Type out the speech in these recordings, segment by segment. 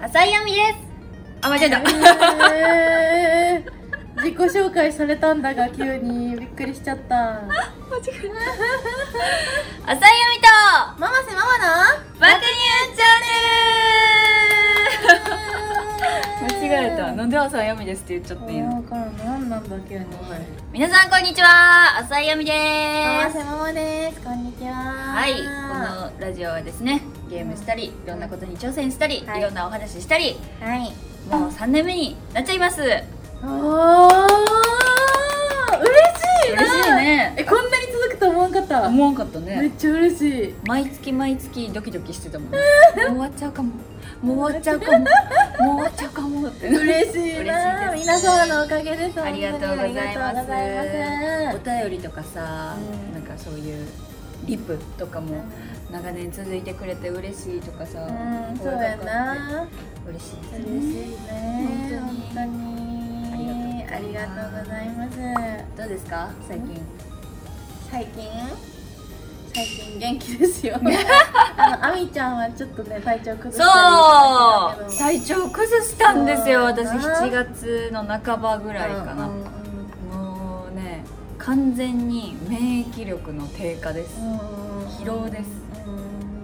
浅井亜美であ、間違えた。えー自己紹介されたんだが急にびっくりしちゃった浅井亜美と、ママせママの爆乳チャンネル 間違えた。なんで浅井亜美ですって言っちゃっていいの分からん何なんだ急に皆さん、こんにちは。浅井亜美でママすせ。ママですこんにちはははい、このラジオはですね、ゲームしたり、いろんなことに挑戦したり、はいいろんなお話ししたり、はいもう3年目になっちゃいます。おー嬉しいな嬉しいね。えこんなに続くと思わんかった思わんかっためねっ。ちゃ嬉しい毎月毎月ドキドキして たもん。もう終わっちゃうかも。もう終わっちゃうかも。もう終わっちゃうかもって。嬉しいな嬉しいです皆様のおかげですありがとうございます本当にありがとうございおます便りとかさ、うんなんかそういうリップとかも長年続いてくれて嬉しいとかさ、うん、そう声やかかってな。嬉しいです嬉しいねね。本本当に。あありりががととううごござざいいまます。どうですか最近最近。最近元気ですよ。あの、あみちゃんはちょっとね、体調崩したりそうしてたけど。体調崩したんですよそう私な7月の半ばぐらいかな、うんうんもうね完全に免疫力の低下です、うんうん疲労ですう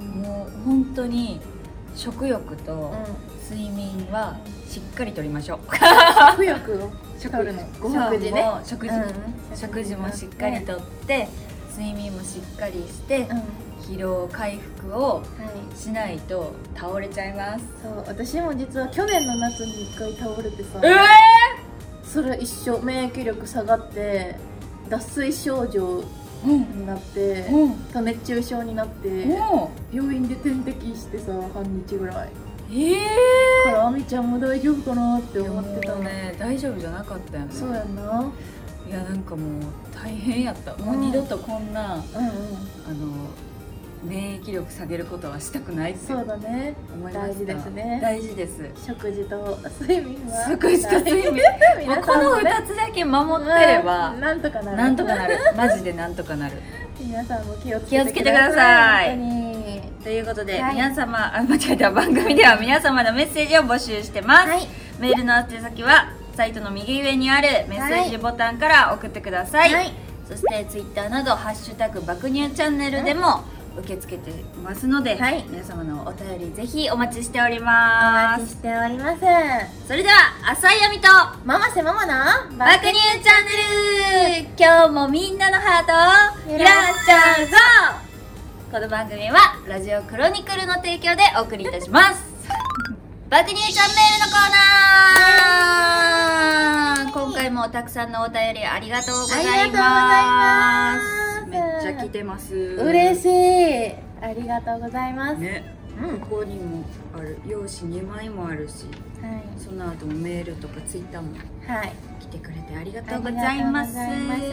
んもう本当に食欲とうん睡眠はしっかりとりましょう、食欲を取るの。ご飯食事ね。も食事も、うん食事もしっかりとって、睡眠もしっかりして、うん。はい。疲労回復をしないと倒れちゃいますそう、私も実は去年の夏に一回倒れてさ。それ一生免疫力下がって脱水症状うんになってうんと熱中症になっても病院で点滴してさ半日ぐらいうえかえらあみちゃんも大丈夫かなってー、思ってたもうのね大丈夫じゃなかったよねそうやんないやなんかもう大変やったもううん二度とこんな、うんうんあの免疫力下げることはしたくないってそうだね思いました大事ですね大事です食事と睡眠は食事と睡眠まあ 皆こさんのもね2つだけ守ってれば、うんなんとかなるなんとかなるマジでなんとかなる皆さんも気をつ気をけつてけてくくだだささいい本ということで、はい皆様あ間違えた番組では皆様のメッセージを募集してます、当にはいメールの宛先はサイトの右上にあるメッセージボタンから送ってください、はいそしてツイッターなど「ハッシュタグ爆乳チャンネル」でも受け付けてますので、はい皆様のお便りぜひお待ちしておりおま待ちすしておりますそれでは浅井亜美とママせママの爆乳チャンネル今日もみんなのハートをよいろしくらっしゃうぞこの番組はラジオクロニクルの提供でお送りいたします爆乳チャンネルのコーナー今回もたくさんのお便りありがとうございますありがとうございますめっちゃ来てます嬉いしいありがとうございます、ねうんここにもある用紙2枚もあるしはその後もメールとかツイッターもいはい来てくれてありがあとうございますりがとうございます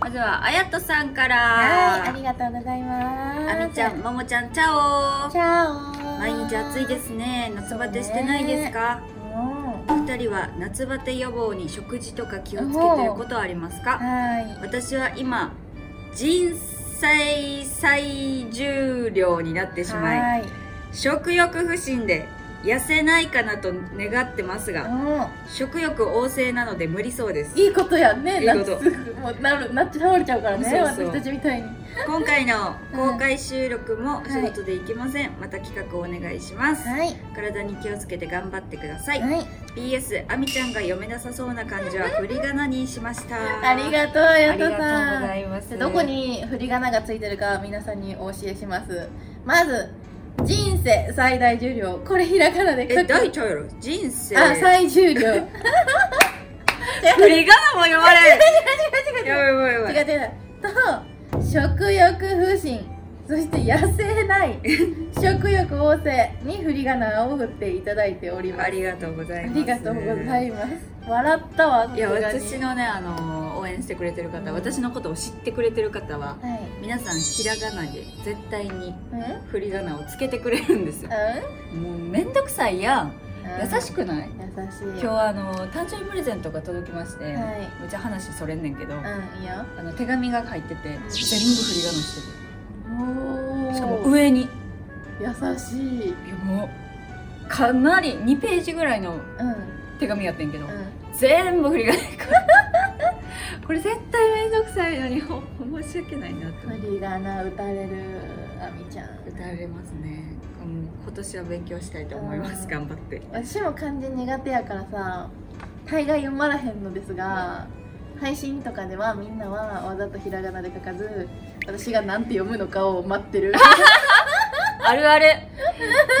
まずはあやとさんかはいあらりがとうございますあみちゃんももちゃんチャオチャオ毎日暑いですね夏バテしてないですかうんお二人は夏バテ予防に食事とか気をつけてることはありますかは私は今人生最重量になっていしまいはい食欲不振で痩せないかなと願ってますが食欲旺盛なので無理そうですうんいいことやんねいいこと夏すぐもうなるなっち倒れちゃうからねそうそう私たちみたいに今回の公開収録もお仕事で行きません、また企画お願いします、はい体に気をつけて頑張ってください、はい PS あみちゃんが読めなさそうな漢字は振り仮名にしましたありがとうやありがととうごさんざいますどこに振り仮名がついてるか皆さんにお教えしますまず人生最大重量これひらがなで書えくあ大ちゃうやろ人生最重量違う違う振り仮名も読まれるやばいやばいやばい 違う違うと食欲不振そして痩せない 食欲旺盛に振り仮名を振っていただいておりますありがとうございあますりがとうございます笑ったわいやさすがに私のねあの応援してくれてる方、うん私のことを知ってくれてる方ははい皆さんひらがなで絶対にうん振り仮名をつけてくれるんですようもうめんどくさいやんん優しくない優しい今日はあの誕生日プレゼントが届きまして、はめっちゃ話それんねんけど、いうんいいよあの手紙が入ってて全部振り仮名してるおーしかも上にい優しいやもうかなり2ページぐらいのうんうん手紙やってんけど、全部振り返るこれ絶対面倒くさいのにほ申し訳ないなって思って振りがな打たれるあみちゃん打たれますねうん今年は勉強したいと思いますうん頑張って私も漢字苦手やからさ大概読まらへんのですが配信とかではみんなはわざとひらがなで書かず私がなんて読むのかを待っ てるあるある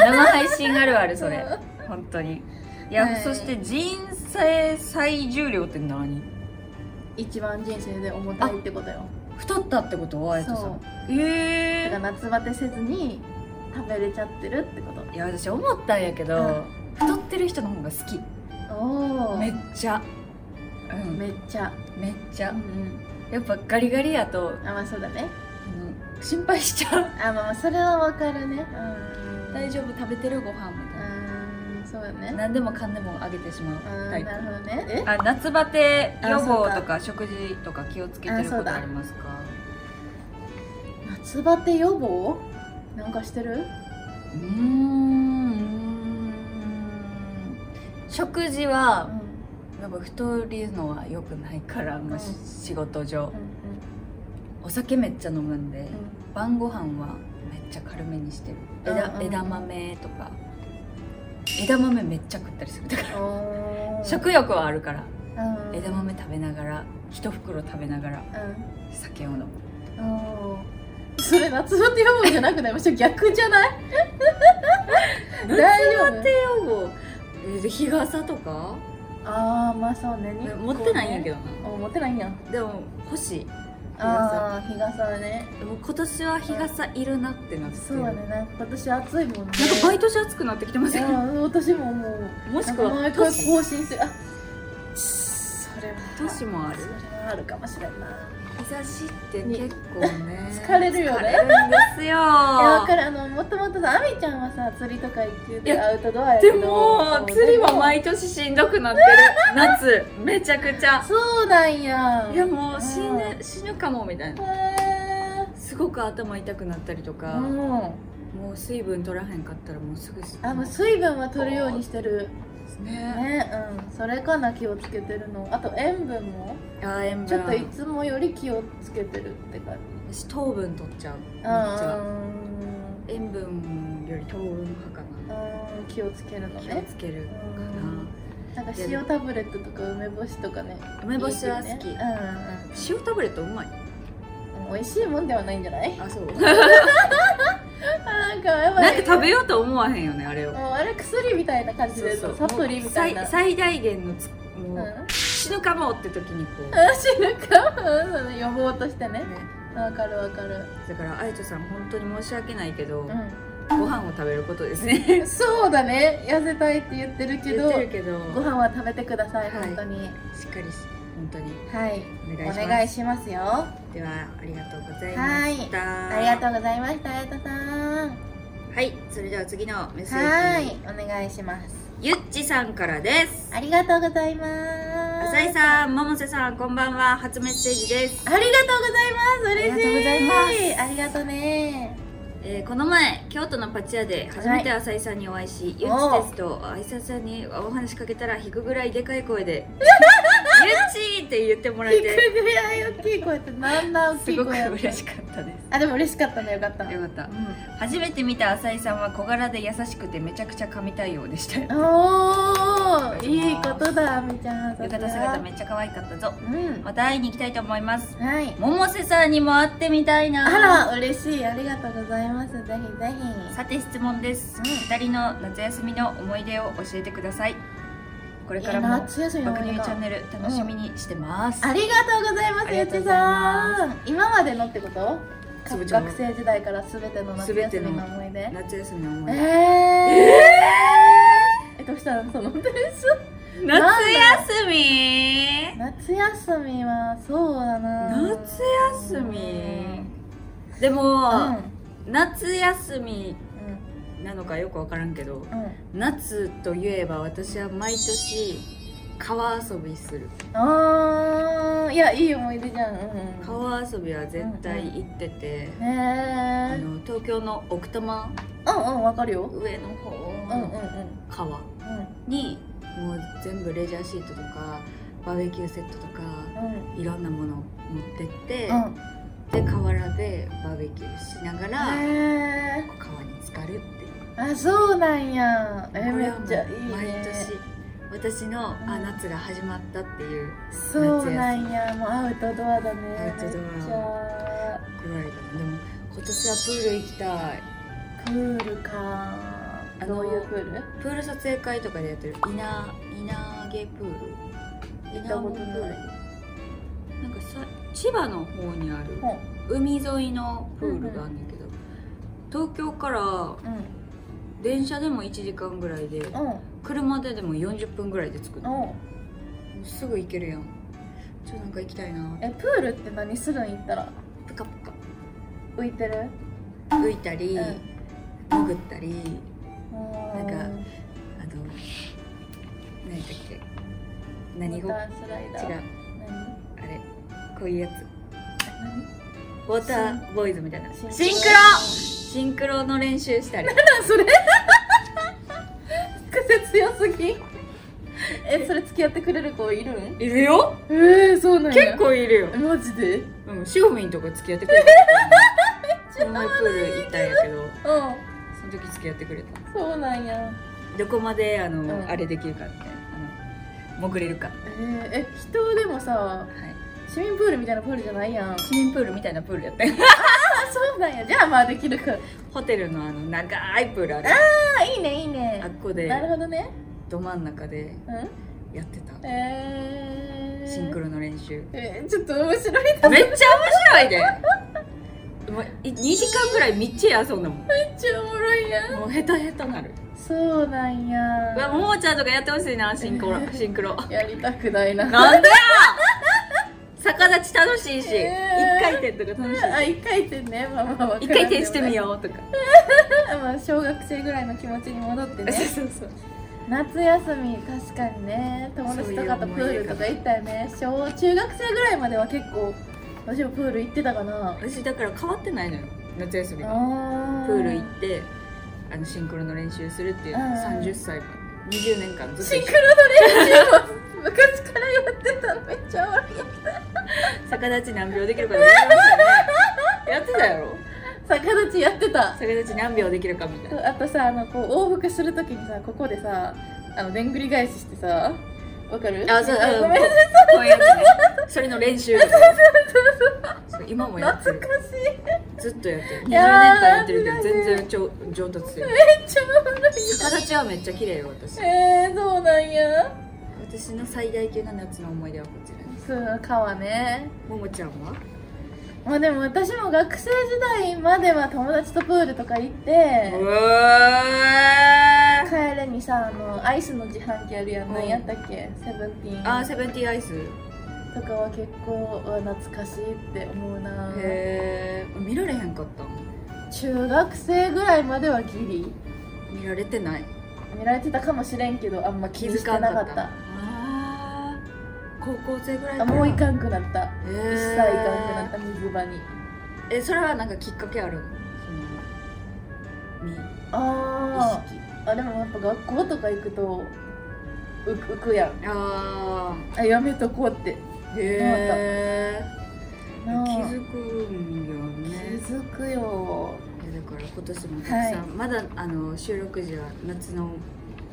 生配信あるあるそれ本当にいや、はいそして人生最重量って何一番人生で重たいってことよ太ったってことあやとさそんうだえから夏バテせずに食べれちゃってるってこといや私思ったんやけど、うん太ってる人の方が好きおおめっちゃうんめめっちゃっちゃうんうんやっぱガリガリやとあまあそうだねあの心配しちゃうあまあまあそれはわかるねうん大丈夫食べてるご飯みたいなうんそうだね何でもかんでもあげてしまううんタイプなるほどねえあ夏バテ予防あそとうか食事とか気をつけてるあそこうとだありますか夏バテ予防なんかしてるうーんうーん食事はうやっぱ太るのは良くないから、まあしうん仕事上んうんお酒めっちゃ飲むんで、う晩ご飯はめっちゃ軽めにしてるうん枝,、うん枝豆とか枝豆めっちゃ食ったりするだからんおー食欲はあるからうん枝豆食べながら一袋食べながら酒を飲むうんおーそれ夏バテ予防じゃなくないむしろ逆じゃない大丈夫予防えで日傘とかああまあそうね日光ね持ってないんやけどな、お持ってないんやでも欲しいああー日傘はねでも今年は日傘いるなってなってそうだねなんか今年暑いもんねなんか毎年暑くなってきてません、うん私ももうもしくはなんか毎年回更新するあそれは年もあるそれはあるかもしれんな日差しって結構ね疲れるよね疲れるんですよいやわかるあのもともとさあみちゃんはさ釣りとか行っていてやアウトドアやけでどもそう釣りはでも毎年しんどくなってる夏めちゃくちゃそうなんやいやもう死ぬ死ぬかもみたいなへすごく頭痛くなったりとーか、うんもう水分取らへんかったらもうすぐあもう水分は取るようにしてるねねうんそれかな気をつけてるのあと塩分もあ塩ちょっとい分つもより気をつけてるって感私糖分取っちゃうめっちじゃう塩分より糖分派かなんうん気をつけるの気をねつけるかなんか塩タブレットとか梅干しとかねな梅干しは好き、いいよねうん塩タブレットうまいうんうん美味しいもんではないんじゃない あそうあなんかやばいなんか食べようと思わへんよねあれをもうあれ薬みたいな感じでそうそサうプリみたいなもう最最大限のつうもんう、死ぬかもって時にこう、私なんかうんその予防としてねねわかるわかるだからあやとさん本当に申し訳ないけど、うご飯を食べることですねんそうだね痩せたいって言ってるけ言どってるけどご飯は食べてくださいはい本当にしっかりし本当にはいお願いしますお願いしますよはではありがとうございまいしたありがとうございましたあやたさんはいそれでは次のメッセはーいジお願いしますゆっちさんからですありがとうございます浅井さん百瀬さんこんばんは初メッセージです、ありがとうございます嬉ありしいがとうございますありがとうねえーこの前京都のパチ屋で初めて浅井さんにお会いし、ゆっちですと浅井さんにお話しかけたら引くぐらいでかい声で「ゆっち!」って言ってもらえ聞てくぐらい大きい声ってなんだ大きすいごく声やった嬉しかったであでも嬉しかったねよかったすよかった初めて見た浅井さんは小柄で優しくてめちゃくちゃ神対応でしたよおーいいことだあみちゃん浴衣姿めっちゃ可愛かったぞうんまた会いに行きたいと思いますはい百瀬さんにも会ってみたいなあら嬉しいありがとうございますぜひぜひさて質問です、うん二人の夏休みの思い出を教えてくださいこれいかやらも夏休みの爆思い出乳チャンかネル楽しみにしてます、ありがとうございまあすりがゆっとうちございますさん今までのってことそう学じゃん学生時代から全ての夏休みの思い出夏休みの思えいー、出えどうしたのそのテンシ夏休み夏休みはそうだな夏休みでも、夏休みうんなのかよく分からんけどうんうん夏といえば私は毎年川遊びするあーいやいい思い出じゃん、うん川遊びは絶対行ってて、うん、あへえの東京の奥多摩うんうんわかるよ上の方うんうんうんうん川にもう全部レジャーシートとかバーベキューセットとかいろんなものを持ってって、うんうんで河原でバーベキューしながら、へえ川に浸かるっていうあそうなんやえこめれっはもうちゃいいね毎年私の、あうん夏が始まったっていうそうなんやもうアウトドアウアだねトドアめっちゃぐらいだなでも今年はプール行きたいプールかあどのういうプールプール撮影会とかでやってる稲稲毛プール行ったことない稲毛ルなんかさ千葉の方にあるほ海沿いのプールがあるんだけど、東京からうん電車でも1時間ぐらいでうん車ででも40分ぐらいで着くのうんすぐ行けるやんちょっとなんか行きたいなえプールって何するん行ったらぷかぷか浮いてる浮いたり、うん潜ったりなんかあと何だっけ何ウ語ォ違うータースライダー何あれこういうやつウォーターボーイズみたいなシン何クロシンクロの練習したり それ癖強すぎえそれ付き合ってくれる子いるんいるよえー、そうなんや結構いるよ、マジでうんうん、シオミンとか付き合ってくれたこの前プール行ったんやけどその時付き合ってくれたそうなんやどこまであの、うんあれできるかみたいなあの潜れるかはえー、え人でもさい市民プールみたいなプールじゃないやんあ市民プールみたいなプールやったよそうなんやじゃあまあできるか ホテルのあの長いプールあるあいいねいいねあっこでなるほどねど真ん中でうやってたんえー、シンクロの練習えーちょっと面白いなめっちゃ面白い でもう2時間ぐらいみっちり遊んだもんもめっちゃおもろいやんうヘタヘタなるそうなんやうわももちゃんとかやってほしいなシン クロシンクロやりたくないななんでや逆立ち楽しいし一えー回転とか楽しいあ一回転ねまあまあわからん一でも回転してみようとかうまあ小学生ぐらいの気持ちに戻って ねそうそう夏休み確かにね友達とかとプールとか行ったよね小中学生ぐらいまでは結構私もプール行ってたかな 私だから変わってないのよ夏休みプがプール行てってあのシンクロの練習するっていううん30歳まで20年間ずっとシン一ク緒ロの練習を昔からやってたのめっちゃおもろい逆立ち何秒できるかでやりましたよねやってたやろ逆立ちやってた逆立ち何秒できるかみ たいなあとさあのこう往復するときにさここでさあのでんぐり返ししてさわかるあそうあごめんこうこういうやつねそれの練習そう今もやって懐るかしいずっとやってる20年いやー間やってるけど全然上上達してるめっちゃおもろい逆立ちはめっちゃ綺麗よ私えー、そうなんや私の最大級の夏の思い出はこちらですそう川ねももちゃんはまあでも私も学生時代までは友達とプールとか行ってわー帰りにさあのアイスの自販機あるやん何やったっけセブンティあーーンセブンティーンアイスとかは結構うわ懐かしいって思うなへえ見られへんかったもん中学生ぐらいまではギリ見られてない見られてたかもしれんけどあんま気気づづしてかななかかっったたあー高校生ぐらいあからもういかんくなったえ一ー切いかんくなった水場にえそれはなんかきっかけあるのそのみあ意識ーあでもやっぱ学校とか行くと浮く浮くやんああやめとこうってーへえ気なあづくんよ気ねづくよいやだから今年もたくさん、はいまだあの収録時は夏の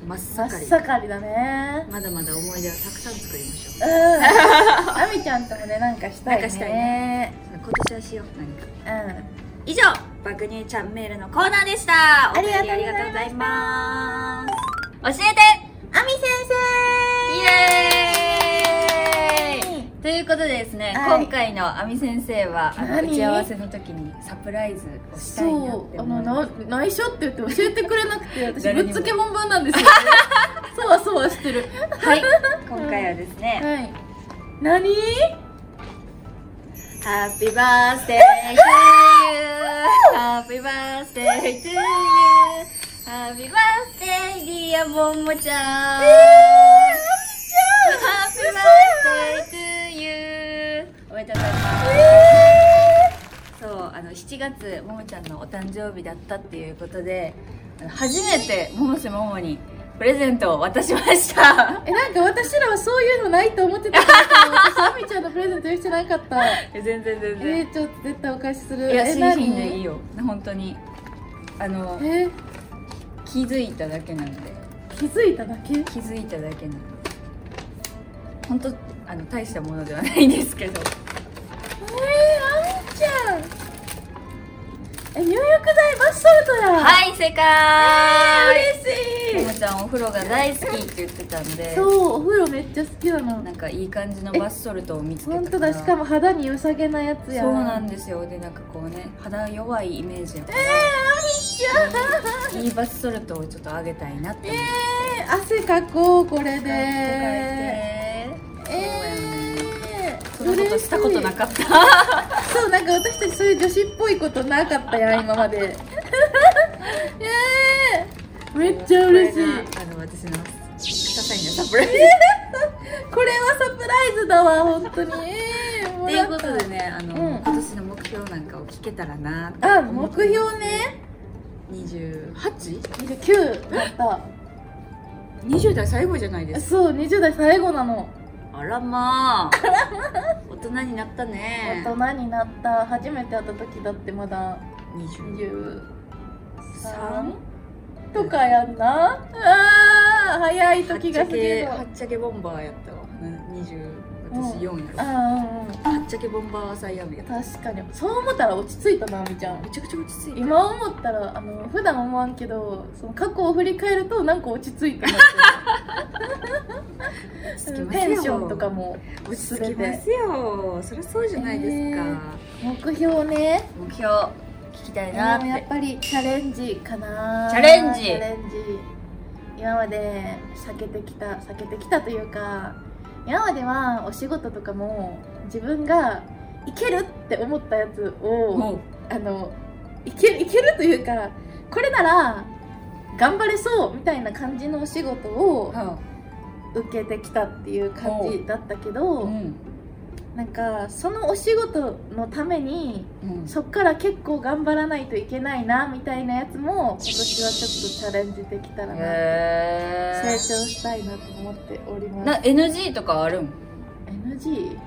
真っ真っ盛り盛りだねまだまだ思い出をたくさん作りましょううんあみちゃんともねなんかしたいねなんかしたいね今年はしよう何かう以上爆乳ちゃんメールのコーナーでしたお便りあありりがとうがとうごござざいいます教えてんあみ先イエーイ生ということでですね、はい今回のあみ先生はあの何打ち合わせの時にサプライズをしたいなっそてうあ思のいなま内緒って言って教えてくれなくて私誰ぶにっもつけ本番なんですよねそわそわしてるす はい今回はですね、はい何ハッピーバースデー to you ハッピーバースデー to you ハッピーバースデーディアももちゃんハッピーバースデー to you おめでとうございますそうあの7月ももちゃんのお誕生日だったっていうことで初めて百瀬桃にプレゼントを渡しましたえなんか私らはそういうのないと思ってたから私亜美ちゃんのプレゼント用意してなかった全然全え然ー、ちょっと絶対お返しするいやえ新何品でいいよ本当にあのえ気づいただけなので気づいただけ気づいただけなので本当あの大したものではないんですけ どえー、あみちゃんえ入浴剤バスソルトやはい正解嬉もしもいちゃんお風呂が大好きって言ってたんでそうお風呂めっちゃ好きなのなんかいい感じのバスソルトを見つけた本当だしかも肌に良さげなやつやそうなんだですよでなんかこうね肌弱いイメージやか えー、あみちゃんらいいバスソルトをちょっとあげたいなって思ってえー、汗かこうこれでええそー、んなことしたことな嬉かったしいそうなんか私たちそういう女子っぽいことなかったやん今 までえー、めっちゃ嬉しいこれがあの私の些細なサプライズこれはサプライズだわ本当にえー、もといらうったことでねあの、うん今年の目標なんかを聞けたらなってあ思目って標ね 28?20 29だった代最後じゃないですかそう20代最後なのあらまあ大人になったね大人になった初めて会った時だってまだ23 23とかやんなあー早いはっ時ちがゃ過ぎけるはっちゃけボンバーやったわ20私うん4やろ、あーはっちゃけボンバーは最悪やっうたん確かにそう思ったら落ち着いたなあみちゃんめちゃくちゃ落ち着いて今思ったらあの普段思わんけどその過去を振り返るとなんか落ち着いた な落ってち着きいうますよテンションとかも落ち着きますよそりゃそうじゃないですか、えー目標ね目標聞きたいなっでて、もやっぱりチャレンジかなチャレンジチャレンジ今まで避けてきた避けてきたというか今まではお仕事とかも自分がいけるって思ったやつをもうあのいけるいけるというかこれなら頑張れそうみたいな感じのお仕事を受けてきたっていう感じだったけど、うんなんかそのお仕事のためにうんそっから結構頑張らないといけないなみたいなやつも今年はちょっとチャレンジできたらな、へ成長ーしたいなと思っておりますな NG とかあるん NG?NG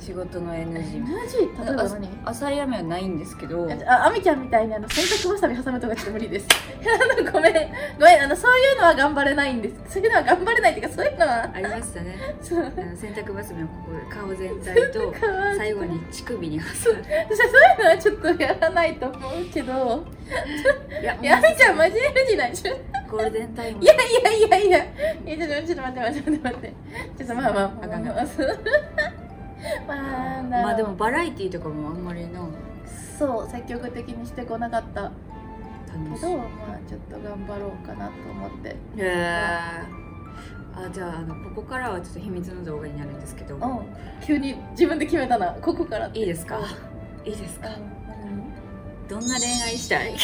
仕事の NG 例えば何浅い雨はないんですけどああみちゃんみたいにあの洗濯ばさみ挟むとかちょっと無理です あのごめんごめんあのそういうのは頑張れないんですそういうのは頑張れないっていうかそういうのはありましたねそあうの洗濯バサミをここ顔全体 とかわいい最後に乳首に挟む私はそういうのはちょっとやらないと思うけどいやいやあみちゃんマジ NG なんじゃゴールデンタイムいやいやいやいやいやちょっと待って待って待って待ってちょっとまあまああかんあまあまあまあでもバラエティーとかもあんまりなそう積極的にしてこなかった楽しけいどまあちょっと頑張ろうかなと思ってへえあじゃああのここからはちょっと秘密の動画になるんですけどうん急に自分で決めたなここからっていいですかいいですうんかうんどんな恋愛したい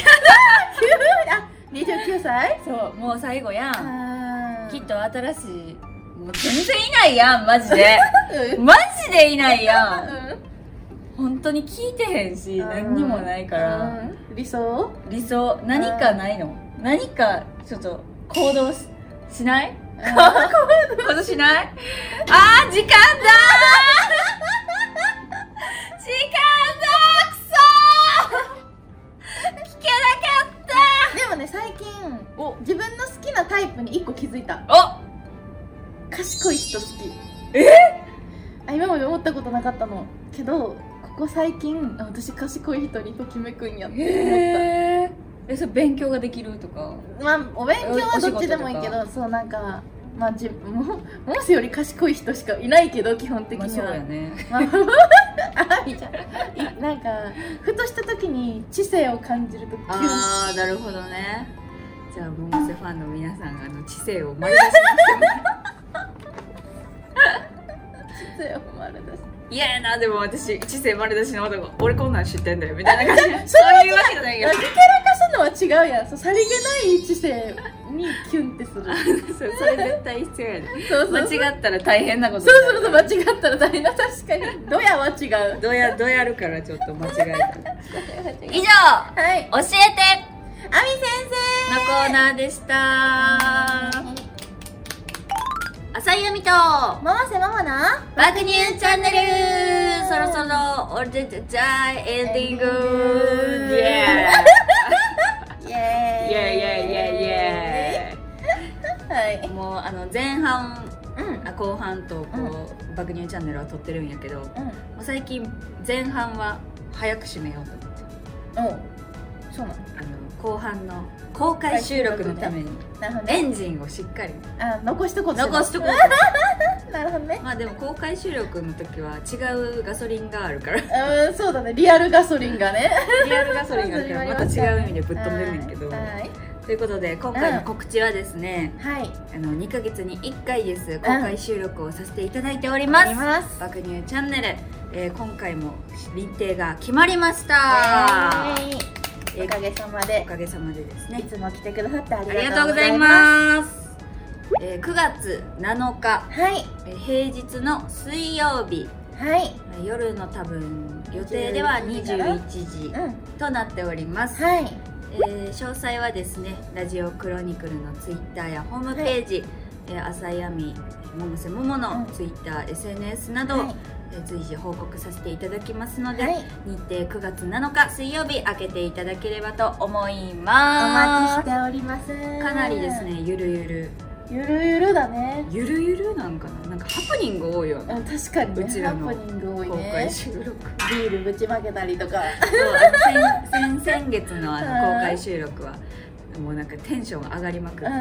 29歳そうもう最後やんあーきっと新しいもう全然いないやんマジでうんマジでいないやんう 本当に聞いてへんしん何にもないからうん理 想理想何かないの何かちょっと行動ししない 行動しない あー時間だー 時間だーくそー聞けでもね最近お自分の好きなタイプに1個気づいたなかっ賢い人好きえ今まで思ったことなかったのけどここ最近あ私賢い人にときめくんやったおてへ思っええそれ勉強ができるとかたまあお勉強はどっちでもいいけおどそうなんかまあじ もモスより賢い人しかいないけど基本的まあにそうは、やねまあ あみちゃんいなんかふとした時に知性を感じるとキュンああなるほどねじゃあ百瀬ファンの皆さんあの知性 を丸出しにしても知性をまるだし嫌やなでも私知性丸出しの男俺こんなん知ってんだよみたいな感じそそういうわけじゃないいよやひけらかすのは違うやんそうさりげない知性にキュンってす るそう それ絶対必要やねそうそうそう間違ったら大変なことそうそうそう間違ったら大変な確かにドヤは違うどやどやるからちょっと間違えた以上はい教えてのコーナーでした浅井亜美とバママセママなグニューチャンネルそろそろ俺たちゃいエンディング イエーイイエーイイエーイイエーイイエはいーイもうあの前半うんあ後半とこう、バグニューチャンネルは撮ってるんやけどもうう最近前半は早く締めようと思ってんおうそうなのあの後半の公開収録のためになるほどエねンジンをしっかりあ残しとこうとして残しとこうう なるほどねまあでも公開収録の時は違うガソリンがあるからうんそうだねリアルガソリンがねリアルガソリンがあるからまた違う意味でぶっ飛んでるんだけどはいということで今回の告知はですね、はいあの2ヶ月に1回です公開収録をさせていただいております、ます爆乳チャンネル、えー今回も認定が決まりました、えーイエーイおかげさまおでかげさまでですいねつも来てくださってあありりががとうとうごござざいいまます、えー9月7日、すはいえー平日の水曜日はい夜の多分予定では21時うんとなっております、はいえー詳細はですねラジオクロニクルのツイッターやホームページ、えー浅井亜美百瀬桃うんのツイッター、SNS など、はいえー随時報告させていただきますので、はい日程9月7日水曜日開けていただければと思いおます待ちしておりますかなりですねゆるゆるゆるゆるだねゆるゆるなんかななんかハプニング多いよねうん確かにうねちハらのプニング多い公ね開収録ビールぶちまけたりとかそうあの先先々月のあの公開収録はもうなんかテンション上がりまくって、うん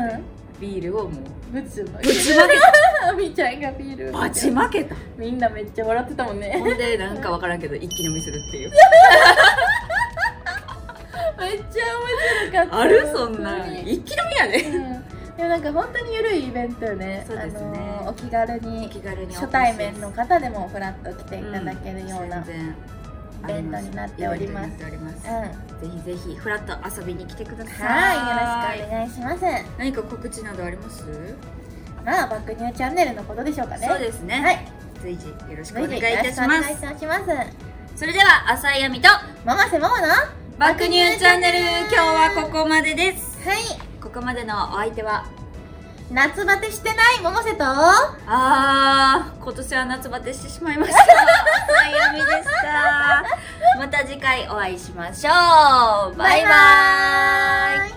ビールをもう ぶちまぶちまけたみーちゃんがビールたばちまけた みんなめっちゃ笑ってたもんねほんでなんかわからんけど一気飲みするっていうめっちゃ面白かったあるそんな本当んに一気飲みやで、うんでもなんか本当にゆるいイベントよねそうですねあのお気軽に気軽に初対面の方でもフラッと来ていただけるような、うんイイベントになっておりますぜひぜひフラッと遊びに来てくださいはいよろしくお願いします何か告知などあります、まあ爆乳チャンネルのことでしょうかねそうですね、はい随時よろしくお願いぜいひよたろししくお願まいすいたしますそれでは浅井亜美とママせママのは爆乳チャンネル今日はここまでですいここまでのお相手は夏バテしてない桃瀬とバあー今年は夏バテしてしまいました浅井亜美でした また次回お会いしましょうバイバイイ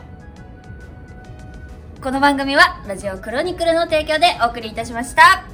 この番組はラジオクロニクルの提供でお送りいたしました